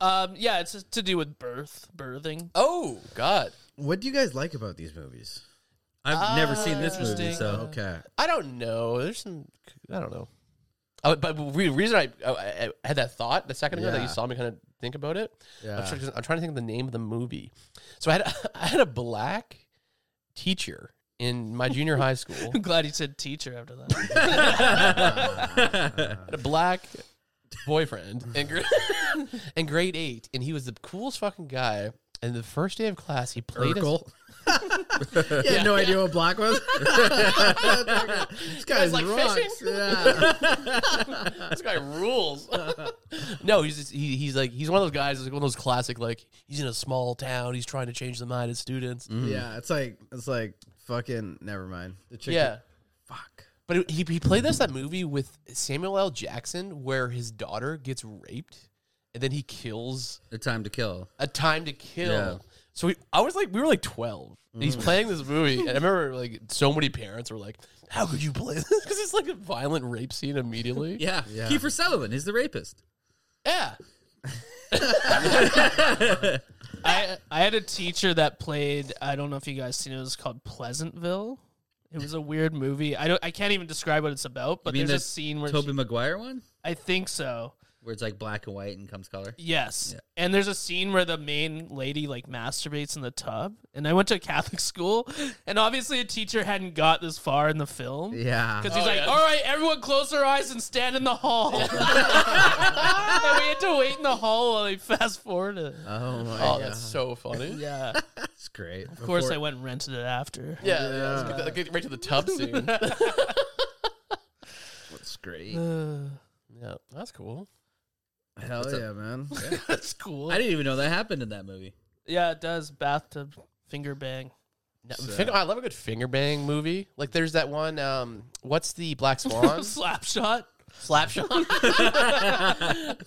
D: Um, yeah, it's to do with birth, birthing.
C: Oh God,
B: What do you guys like about these movies?
E: I've never seen this movie,
D: Ah, interesting. Oh.
E: so
B: Okay.
C: I don't know. There's some. I don't know. I, would- but the re- reason I, oh, I, I had that thought the second ago that
B: Yeah.
C: you saw me kind of think about it.
B: Yeah.
C: I'm, trying, I'm trying to think of the name of the movie. So I had I had a black teacher in my junior high school.
D: I'm glad you said teacher after that.
C: had a black boyfriend in, gr- in grade eight, and he was the coolest fucking guy. And the first day of class, he played us-
B: Urkel. you had no idea what black was. this guy's
C: like
B: rocks. Yeah.
C: This guy rules. no, he's just, he, he's like he's one of those guys. Like one of those classic like he's in a small town. He's trying to change the mind of students.
B: yeah. It's like it's like fucking. Never mind. The chicken.
C: Yeah,
B: Fuck.
C: but it- he he played us that movie with Samuel L. Jackson where his daughter gets raped, and then he kills
E: the time to kill.
C: A Time to Kill.
E: Yeah.
C: So we, I was like, we were like twelve. and He's playing this movie, and I remember like so many parents were like, "How could you play this?" Because it's like a violent rape scene immediately.
E: Yeah.
B: Yeah.
E: Kiefer Sutherland is the rapist.
C: yeah.
D: I I had a teacher that played. I don't know if you guys seen it. It was called Pleasantville. It was a weird movie. I don't. I can't even describe what it's about. But
E: mean
D: there's a
E: the
D: scene where
E: Toby
D: she-
E: Maguire one,
D: I think so.
E: where it's like black and white and comes color.
D: Yes. And there's a scene where the main lady like masturbates in the tub. And I went to a Catholic school, and obviously a teacher hadn't got this far in the film.
B: Yeah.
D: Because he's like, all right, everyone close their eyes and stand in the hall. and we had to wait in the hall while they fast forward it.
B: Oh my
C: Oh,
B: god.
C: that's so funny. Yeah.
D: yeah.
B: That's great.
D: Of course, I went and rented it after.
C: Yeah, let's get, that- let's get right to the tub scene.
B: That's great.
C: yeah, that's cool.
B: Hell yeah, man.
D: That's cool.
E: I didn't even know that happened in that movie.
D: yeah, it does. Bathtub finger bang.
C: No, finger- I love a good finger bang movie. Like, there's that one. Um, what's the Black Swan?
D: Slap shot.
C: Slap shot.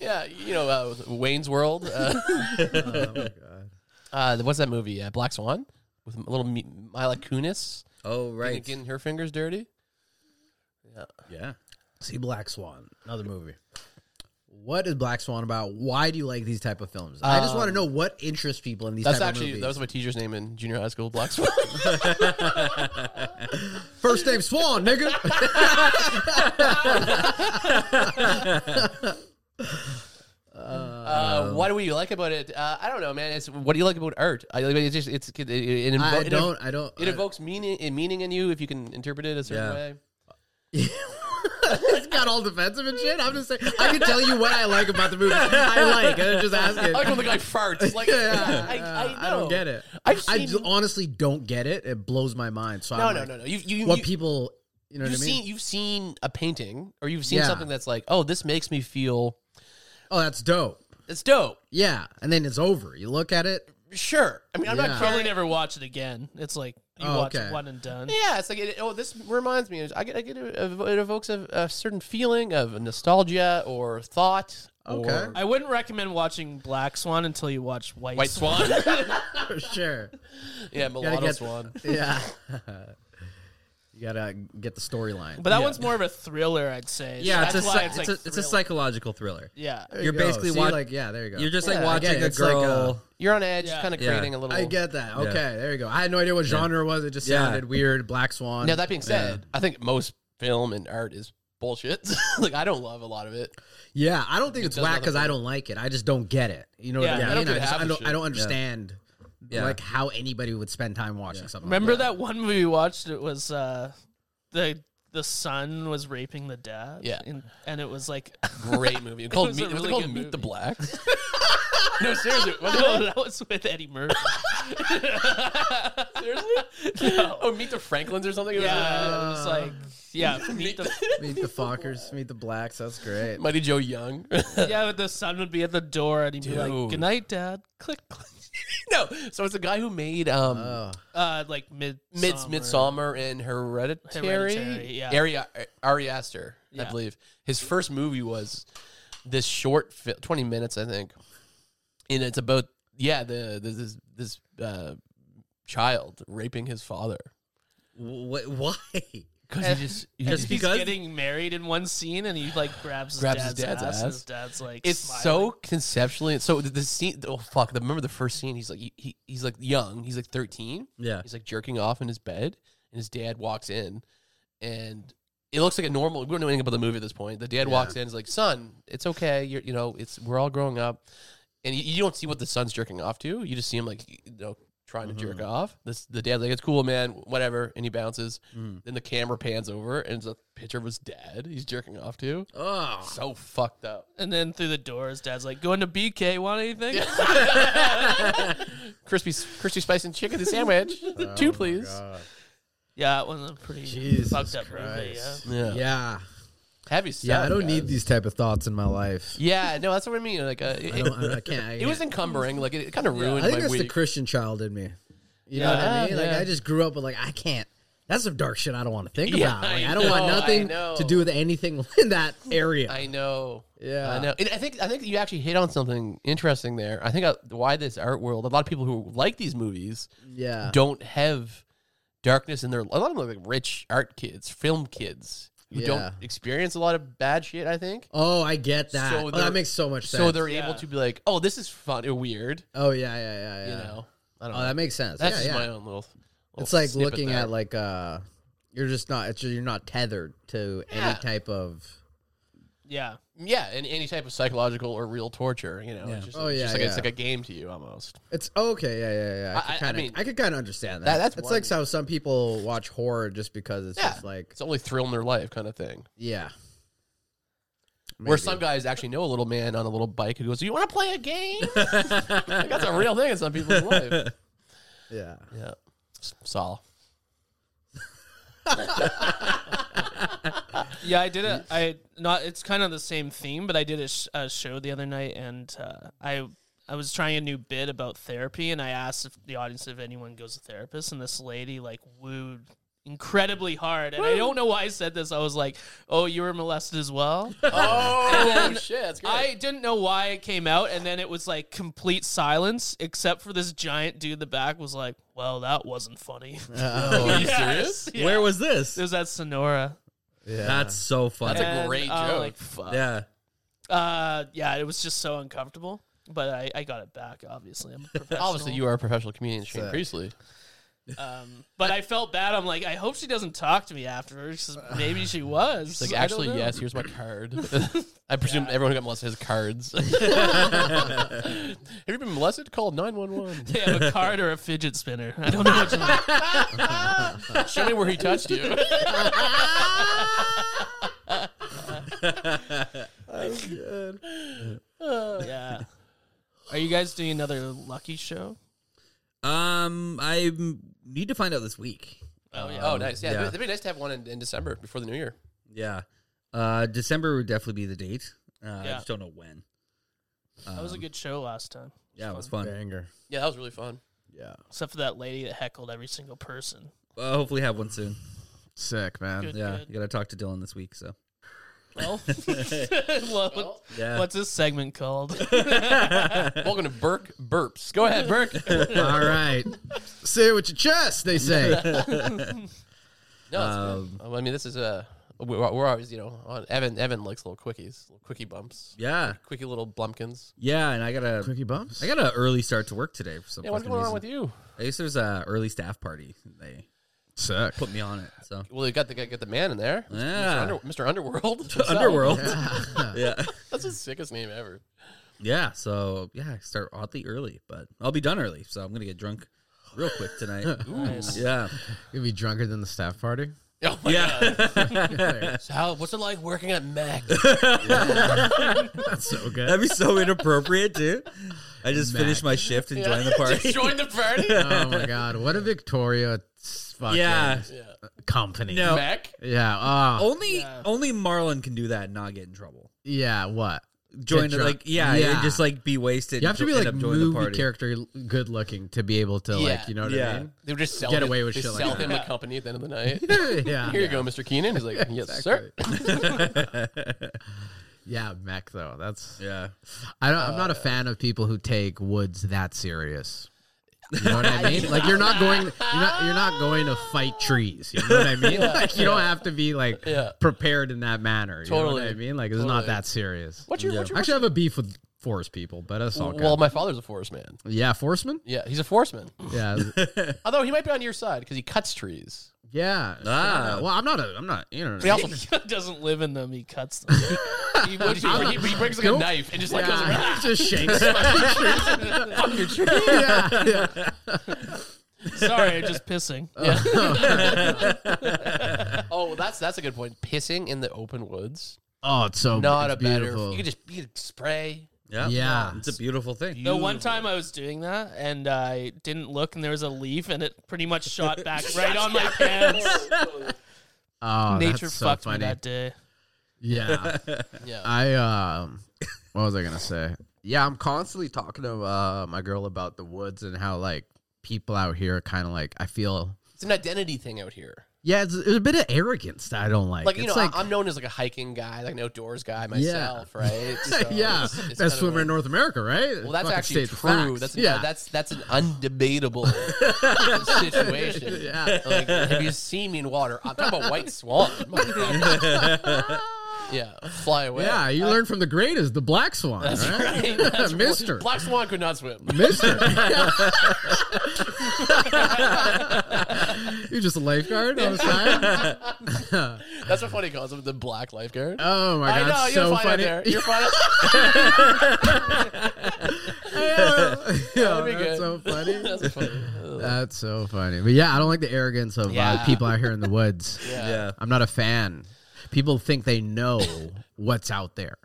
C: yeah, you know uh, Wayne's World. Uh,
B: Oh my god.
C: uh, what's that movie? Uh, Black Swan with a little Mi- Mila Kunis
E: Oh right,
C: getting her fingers dirty.
E: yeah.
B: See Black Swan, another movie. What is Black Swan about? Why do you like these type of films? I just want to know what interests people in these.
C: Um, That's
B: type
C: actually
B: of
C: that
B: movies.
C: was my teacher's name in junior high school. Black Swan.
B: first name Swan, nigga.
C: Uh,
B: Um,
C: what do we like about it? Uh, I don't know, man. It's what do you like about art? I like it's just it's it, it, invo-
B: I
C: it inv-
B: don't. I don't. uh,
C: It evokes meaning in meaning in you if you can interpret it a certain
E: Yeah.
C: way.
B: It's got all defensive and shit. I'm just saying. I can tell you what I like about the movie. I like. I'm just asking.
C: I like when the guy farts. It's Like
B: Yeah, uh,
C: I, I, know.
B: I don't get it.
C: I've
B: I
C: seen-
B: d- honestly don't get it. It blows Oh my mind. So
C: No,
B: I'm
C: no,
B: like,
C: no, no. You you
B: What
C: you,
B: people, you know
C: have
B: what I mean?
C: seen you've seen a painting or you've seen
B: Yeah.
C: something that's like oh this makes me feel
B: oh, that's dope.
C: it's dope.
B: Yeah, and then it's over. You look at it.
C: Sure. I mean I'm
B: Yeah.
C: not
D: Probably
C: caring.
D: never watch it again. It's like you
B: Oh,
D: watch
B: okay.
D: one and done.
C: Yeah, it's like it, oh, this reminds me. I get, I get it, it evokes a, a certain feeling of nostalgia or thought.
B: Okay.
C: or
D: I wouldn't recommend watching Black Swan until you watch White,
C: White
D: Swan.
C: Swan.
B: For sure.
C: yeah,
B: Gotta
C: Mulatto
B: get-
C: Swan.
B: Yeah. you You gotta get the storyline.
D: But that one's more of a thriller, I'd say. So
E: Yeah, it's a
D: that's why
E: psych- it's,
D: like
E: a, it's a
D: thriller.
E: psychological thriller.
D: Yeah.
B: There you
E: You're
B: go.
E: basically
B: See,
E: watch-
B: like yeah, there you go.
E: You're just like
B: Yeah, I get
E: watching
B: it.
E: a
B: It's like,
E: girl.
B: uh,
C: You're on edge,
D: Yeah.
C: kind of
E: Yeah.
C: creating a little.
B: I get that.
E: Yeah.
B: Okay, there you go. I had no idea what genre it was. It just
E: Yeah.
B: sounded weird. Black Swan.
C: Now that being said, I think most film and art is bullshit. like I don't love a lot of it.
B: yeah, I don't think it's
C: does
B: whack
C: other
B: because I don't like it. I just don't get it. You know
D: Yeah,
B: what
D: I
B: I mean?
C: don't
B: I,
C: get
B: just-
C: half
B: I
C: the
B: don't.
C: shit.
B: I don't understand
E: Yeah.
B: like how anybody would spend time watching something.
D: Remember
B: like that.
D: that one movie we watched? It was uh, the the son was raping the dad.
C: Yeah.
D: and, and it was like
C: Great movie. It called
D: was
C: Meet, was
D: a
C: it
D: really
C: called
D: good
C: Meet the
D: movie.
C: Blacks. no, seriously. What
D: no, that was with Eddie Murphy.
C: seriously? Oh, Meet the Franklins or something. It was
D: Yeah, it was like yeah, meet the
B: Meet the Fockers. Meet the Blacks. That's great.
C: Mighty Joe Young.
D: yeah, but the son would be at the door and he'd be like,
C: Dude.
D: "Good night, Dad." Click, click.
C: no, so it's a guy who made um,
B: Oh,
D: Uh, like mid
C: Mid Midsummer and Hereditary.
D: Hereditary, yeah.
C: Ari, Ari Aster,
D: Yeah.
C: I believe. His first movie was this short, fi- twenty minutes, I think, and it's about yeah, the this this, this uh, child raping his father
E: Wh- why?
D: Eh,
C: because he just he
E: Just
C: just-
D: He's
E: because-
D: getting married in one scene, and he like grabs his,
C: Grabs his
D: dad's,
C: dad's
D: ass, and
C: ass.
D: his dad's like,
C: It's
D: smiling.
C: so conceptually. So the, the scene. Oh fuck! Remember the first scene? He's like he, he- he's like young. He's like thirteen.
E: Yeah.
C: He's like jerking off in his bed, and his dad walks in, and it looks like a normal. We don't know anything about the movie at this point. The dad walks in, is like, "Son, it's okay. You're, you know, it's we're all growing up." And you, you don't see what the son's jerking off to. You just see him like, you know, trying to jerk off. This the dad's like, "It's cool, man. Whatever." And he bounces. Then the camera pans over, and it's a picture of his dad. He's jerking off to.
B: oh.
C: So fucked up.
D: And then through the door, his dad's like, "Going to BK? Want anything?"
C: Crispy, crispy spice and chicken sandwich.
B: Oh
C: Two, please.
D: Yeah, it was a pretty
B: Jesus
D: fucked up movie. Yeah.
B: Christ.
C: Yeah.
B: Yeah.
C: Heavy stuff.
B: Yeah. I don't need
C: guys.
B: these type of thoughts in my life.
C: Yeah, no, that's what I mean. Like, uh, it,
B: I, don't, I can't. I
C: it was encumbering. Like, it, kind of ruined
B: I think
C: my
B: that's the
C: week.
B: Christian child in me. You know what
C: Yeah,
B: I mean? Like
C: yeah.
B: I just grew up with like I can't. That's some dark shit I don't want to think
C: Yeah,
B: about. Like,
C: I
B: I, don't want
C: know, I
B: nothing
C: know.
B: to do with anything in that area.
C: I know.
B: Yeah.
C: I know. And I think I think you actually hit on something interesting there. I think uh why this art world. A lot of people who like these movies
B: yeah.
C: don't have darkness in their. A lot of them are like rich art kids, film kids who don't
B: Yeah.
C: experience a lot of bad shit. I think.
B: Oh, I get that.
C: So
B: oh,
C: they're-
B: that makes so much sense.
C: So they're
D: Yeah.
C: able to be like, oh, this is fun or weird.
B: oh yeah, yeah, yeah, yeah.
C: You know. I don't
B: oh,
C: know.
B: that makes sense.
C: That's
B: yeah,
C: just my
B: yeah.
C: own little. little
B: it's like
C: snippet
B: looking
C: there.
B: at like uh, you're just not. It's you're not tethered to
C: Yeah.
B: any type of.
D: Yeah.
C: yeah, and any type of psychological or real torture. You know, it's just,
B: Oh,
C: it's
B: yeah,
C: just like it's
B: yeah.
C: like a game to you almost.
B: It's oh, okay. Yeah, yeah,
C: I- I- I
B: yeah. I, could kinda, I,
C: mean-
B: could kind of understand that.
C: That- that's
B: it's
C: one-
B: like how some people watch horror just because it's
C: Yeah.
B: just like
C: It's the only thrill in their life kind of thing.
B: yeah.
C: Where some guys actually know a little man on a little bike who goes, "You want to play a game?" like, that's a real thing in some people's life.
B: Yeah.
C: Yeah, S- Saul.
D: Yeah, I did a I not it's kind of the same theme, but I did a, sh- a show the other night and uh, I I was trying a new bit about therapy and I asked if the audience if anyone goes to therapist and this lady like wooed incredibly hard and I don't know why I said this. I was like, "Oh, you were molested as well?"
C: Oh shit, that's great.
D: I didn't know why it came out, and then it was like complete silence, except for this giant dude in the back was like, "Well, that wasn't funny."
C: oh, are you
D: Yes,
C: serious?
D: yeah.
E: Where was this?
D: it was at Sonora?
B: Yeah.
E: That's so funny.
C: That's a great
D: I was
C: joke.
D: Like, fuck.
E: yeah.
D: Uh, yeah, it was just so uncomfortable, but I, I got it back. Obviously, I'm a professional.
C: Obviously, you are a professional comedian, Shane Priestley.
D: Um, but I felt bad. I'm like, I hope she doesn't talk to me afterwards. 'cause maybe she was.
C: Like,
D: I don't
C: actually,
D: know.
C: yes. Here's my card. I presume everyone who got molested has cards. Have you been molested? Call nine one one.
D: They have a card or a fidget spinner. I don't know. Which one.
C: Show me where he touched you.
D: Yeah. Are you guys doing another lucky show?
E: Um, I m- need to find out this week.
C: Oh, yeah. oh nice. Yeah,
E: yeah.
C: It'd, be nice to have one in, in December before the new year.
E: Yeah. Uh, December would definitely be the date. Uh, I
D: Yeah.
E: just don't know when.
D: that
C: Um,
D: was a good show last time,
E: Yeah, it was fun.
B: Banger.
C: Yeah, that was really fun.
B: Yeah.
D: except for that lady that heckled every single person.
E: Uh, hopefully, have one soon.
B: Sick, man.
D: Good,
E: Yeah,
D: good.
E: you gotta talk to Dylan this week. So
D: Well, well,
E: yeah,
D: what's this segment called?
C: Welcome to Burke Burps. Go ahead, Burke.
B: All right. Say it with your chest, they say.
C: No, it's
E: Um,
C: good. I mean this is a we're, we're always you know on Evan. Evan likes little quickies, little quickie bumps,
E: Yeah,
C: quickie little blumpkins.
E: yeah, and I got a
B: Quickie bumps.
E: I got an early start to work today for some
C: Yeah, what's
E: fucking
C: going on
E: reason.
C: with you?
E: I guess there's a early staff party. They
B: Suck.
E: put me on it. So
C: Well, you got the got the man in there, Mr.
E: Yeah.
C: Under, Mr. Underworld, himself.
E: underworld. yeah.
C: That's his sickest name ever.
E: Yeah, so yeah, I start oddly early, but I'll be done early, so I'm gonna get drunk real quick tonight. Yeah,
B: You'll be drunker than the staff party.
C: Oh my god!
E: yeah,
C: So how, what's it like working at Mac?
B: That's so good.
E: that'd be so inappropriate too. I just finished my shift and joined the party.
C: Just join the party.
B: oh my god, what a Victoria s- fucking
E: Yeah,
C: yeah.
B: company.
E: No.
C: Mac.
B: Yeah. Oh.
E: only only Marlon can do that and not get in trouble.
B: Yeah. What?
E: Join
B: Get
E: the,
B: drunk.
E: like yeah,
B: Yeah.
E: and just like be wasted.
B: You have to
E: and
B: be
E: jo-
B: like
E: end up joining the
B: movie
E: party.
B: character good looking to be able to
C: Yeah.
B: like you know what
E: Yeah.
B: I mean?
C: They would just sell
B: Get
C: him-
B: away with
C: they
B: shit like
C: sell
B: that.
C: him the company at the end of the night.
B: yeah.
C: Here you go, Mr. Keenan. He's like, yes, sir.
B: Yeah, mech though. That's
E: Yeah,
B: I don't, I'm not
C: Uh,
B: a fan of people who take woods that serious. You know what I mean? Like you're not going, you're not, you're not going to fight trees. You know what I mean? Like you don't have to be like
C: Yeah.
B: prepared in that manner. You know what
C: Totally.
B: I mean? Like it's
C: Totally.
B: not that serious.
C: What's your, what's your
B: Actually, I have a beef with forest people, but that's all
C: what's-
B: good.
C: Well, my father's a forest man.
B: yeah, forestman.
C: Yeah, he's a forestman.
B: Yeah,
C: Although he might be on your side because he cuts trees.
B: yeah.
E: Ah.
B: Well, I'm not a, I'm not, you know.
C: But he also
D: He doesn't live in them. He cuts them.
C: he, he, he, he brings like a
B: Nope.
C: knife and just like goes around.
B: Yeah, just shakes.
C: Fuck your tree.
B: yeah, yeah.
D: Sorry, I'm just pissing.
C: Oh, well, that's that's a good point. Pissing in the open woods,
B: Oh, it's so
C: not
B: it's
C: a
B: beautiful.
C: better. You can just you can spray.
E: yeah,
B: Yeah.
E: It's a beautiful thing.
D: The one time I was doing that and I didn't look and there was a leaf and it pretty much shot back right on my pants.
B: oh,
D: Nature
B: that's so
D: fucked
B: funny.
D: me that day.
B: Yeah.
C: Yeah.
B: I um what was I gonna say? Yeah, I'm constantly talking to uh, my girl about the woods and how like people out here kind of like I feel
C: It's an identity thing out here.
B: yeah, it's, it's a bit of arrogance that I don't like.
C: Like you
B: it's
C: know,
B: like
C: I, am known as like a hiking guy, like an outdoors guy myself, right? So
B: yeah,
C: uh, it's- it's kind
B: best
C: of
B: swimmer
C: a-
B: in North America, right?
C: Well, that's
B: Fucking
C: actually
B: state the
C: true.
B: facts.
C: That's
B: yeah,
C: that's that's an undebatable situation.
B: Yeah.
C: Like, have you seen me in water? I'm talking about white swan. motherfucker. yeah, fly away.
B: yeah. You learn from the greatest, the black swan,
C: That's
B: right?
C: right. That's
B: Mister.
C: Black swan could not swim.
B: Mister, you're just a lifeguard on the side.
C: That's a funny concept. The black lifeguard.
B: Oh my
C: I
B: god,
C: know
B: so
C: you're fine out
B: funny!
C: there. You're fine. out-
B: yeah,
C: That'd be good.
B: that's so funny. Uh,
C: That's funny. Ugh.
B: That's so funny. But yeah, I don't like the arrogance of
C: Yeah.
B: uh, people out here in the woods.
C: Yeah.
E: Yeah,
B: I'm not a fan. People think they know what's out there,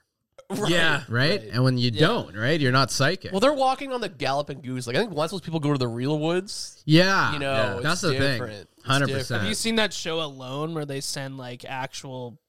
E: yeah.
B: right? And when you don't, right, you're not psychic.
C: Well, they're walking on the galloping goose. Like I think once those people go to the real woods,
B: yeah,
C: you know, it's
B: that's the
C: different.
B: thing.
C: It's
B: Hundred
C: different.
D: Have you
B: percent.
D: seen that show Alone where they send like actual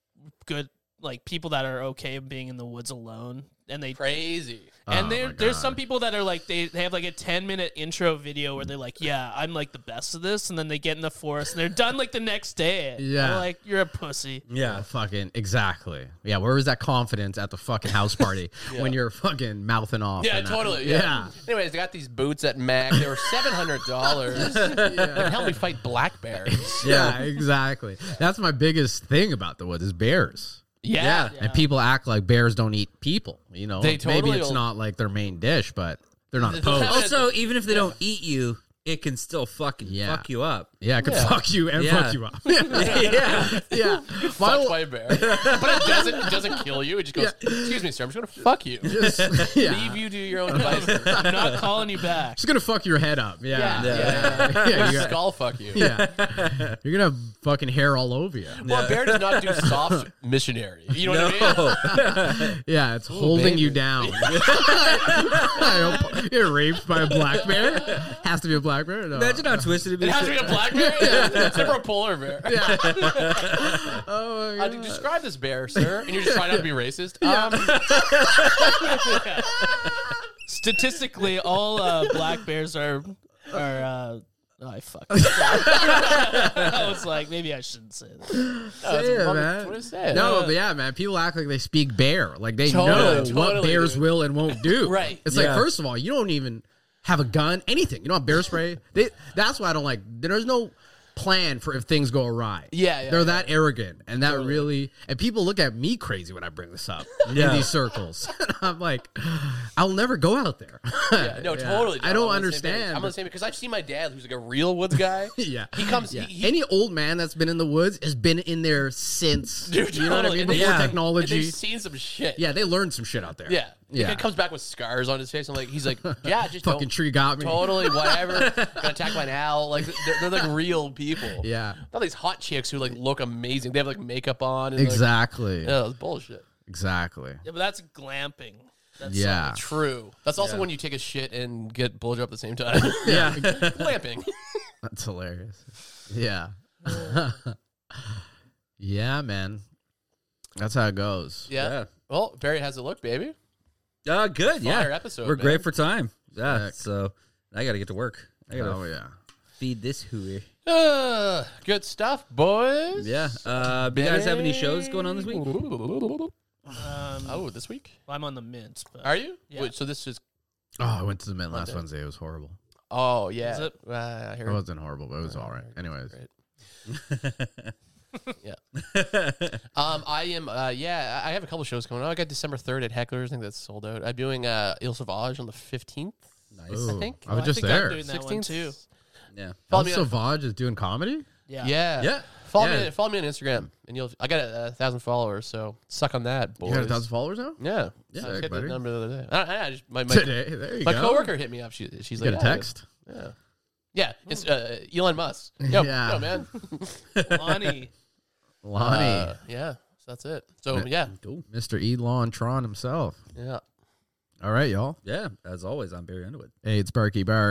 D: good like people that are okay being in the woods alone and they
C: crazy.
B: Oh
D: and there,
B: my
D: there's
B: God.
D: some people that are like they, they have like a 10 minute intro video where they're like yeah i'm like the best of this and then they get in the forest and they're done like the next day
B: Yeah.
D: They're like you're a pussy
E: Yeah,
B: Fucking exactly. Yeah, where was that confidence at the fucking house party when you're fucking mouthing off?
C: Yeah,
B: and that-
C: totally. Yeah.
B: Yeah.
C: Anyways, I got these boots at Mac. They were seven hundred dollars. Like, help me fight black bears.
B: Yeah, exactly. That's my biggest thing about the woods is bears.
C: Yeah.
B: And people act like bears don't eat people. You know,
C: They totally
B: maybe it's
C: will-
B: not like their main dish, but they're not
C: They don't have
B: opposed.
E: Also, even if they don't eat you, it can still fucking
B: Yeah.
E: fuck you up.
B: Yeah, it could
C: Yeah.
B: fuck you and
E: Yeah.
B: fuck you up. Yeah,
E: yeah.
B: yeah.
C: Fucked
B: My-
C: by a bear, but it doesn't. It doesn't kill you. It just goes. Excuse me, sir. I'm just gonna fuck you.
B: just, yeah.
C: Leave you to your own devices.
D: i'm not calling you back
B: Just gonna fuck your head up. Yeah,
C: Yeah,
B: yeah, yeah. you're,
C: Skull fuck you.
B: yeah. You're gonna have fucking hair all over you.
C: Well, a bear does not do soft missionary. You know what I mean?
B: Yeah, it's holding
C: baby.
B: you down. I hope you're raped by a black bear. Has to be a black bear. No.
E: Imagine how twisted it'd be.
C: It has to be a black bear. It's never a polar bear.
B: Oh my
C: Uh,
B: God.
C: describe this bear, sir. And you're just trying not to be racist. Um,
D: statistically all uh, black bears are are uh oh, I fuck. I was like, maybe I shouldn't say that.
C: no, it's
B: Yeah,
C: a wonder-
B: man.
C: What is that?
B: No, but yeah, man. People act like they speak bear, like they
C: Totally,
B: know
C: Uh, totally,
B: what bears
C: dude.
B: will and won't do.
C: Right.
B: It's
E: Yeah.
B: like first of all, you don't even have a gun, anything. You don't have bear spray. They, that's why I don't like. There's no plan for if things go awry.
C: Yeah, yeah,
B: they're
C: yeah.
B: that arrogant, and that really and people look at me crazy when I bring this up in
E: Yeah.
B: these circles. and I'm like, I'll never go out there.
C: Yeah, no, totally.
B: Uh, I
C: John, I'm on the same
B: don't
C: page.
B: understand.
C: I'm on the same because I've seen my dad, who's like a real woods guy.
B: Yeah,
C: he comes.
B: Yeah.
C: He, he,
B: Any old man that's been in the woods has been in there since.
C: Dude,
B: you know what I
C: totally.
B: mean?
C: And
B: Before
C: they-
E: yeah.
C: and
B: technology.
C: they've seen some shit.
B: yeah, they learned some shit out there.
C: yeah. He
B: yeah.
C: comes back with scars on his face. I'm like, he's like, yeah, just
B: Fucking
C: don't-
B: tree got me.
C: Totally, whatever. Gonna attack by an owl. Like they're, they're like real people.
B: Yeah.
C: Not these hot chicks who like look amazing. They have like makeup on. And, Like,
B: Exactly.
C: yeah, that's bullshit.
B: Exactly.
D: Yeah, but that's glamping. That's
B: Yeah.
C: True. That's also when you take a shit and get blowjob at the same time.
E: Yeah.
C: Lamping.
B: That's hilarious. Yeah. yeah, man. That's how it goes.
C: Yeah.
E: Yeah.
C: Well, Barry has a look, baby.
E: Uh, good.
C: Fire
E: yeah.
C: episode,
E: We're
C: man.
E: great for time. Yeah.
B: Heck.
E: So I got to get to work. I got to
B: Oh yeah.
E: feed this hooey.
C: Uh, good stuff, boys.
E: Yeah. Uh, do you guys have any shows going on this week?
D: Um,
C: Oh, this week?
D: well, I'm on the mint. But
C: Are you?
D: Yeah.
C: Wait, so this is.
B: Oh, I went to the mint last Wednesday. It was horrible.
C: Oh, yeah.
D: Is it?
C: Uh, I hear
B: It wasn't horrible, but it was all right. Anyways,
C: Great. yeah. um, I am. Uh, yeah, I I have a couple shows going on. I got December third at Heckler's. I think that's sold out. I'm doing uh, Il Sauvage on the fifteenth.
E: Nice.
B: Ooh.
C: I think.
B: I was
D: I
B: just
D: think I'm
B: there.
D: doing that one, too.
E: Yeah.
C: Follow
B: El
C: me. on,
B: Sauvage is doing comedy.
D: Yeah.
C: yeah.
B: Yeah.
C: Follow
B: Yeah.
C: me. on- Follow me on Instagram, and you'll. I got a, a thousand followers, so suck on that, boys.
B: You got a thousand followers now
C: Yeah.
B: Yeah,
C: I just hit that
B: buddy.
C: number the other day. I, I- I just, my my,
B: today. There you
C: my
B: go.
C: coworker hit me up. She, she's
B: You
C: like, "Oh,
B: got a
C: "Yeah,
B: text.
C: Yeah. Yeah, it's uh, Elon Musk. Yo,
B: Yeah.
C: yo, man.
D: Lonnie.
B: Lonnie,
C: Uh, yeah, so that's it. So yeah,
E: Cool.
B: Mr. Elon Tron himself.
C: yeah.
B: All right, y'all.
E: Yeah. As always, I'm Barry Underwood.
B: Hey, it's Berkey Bar.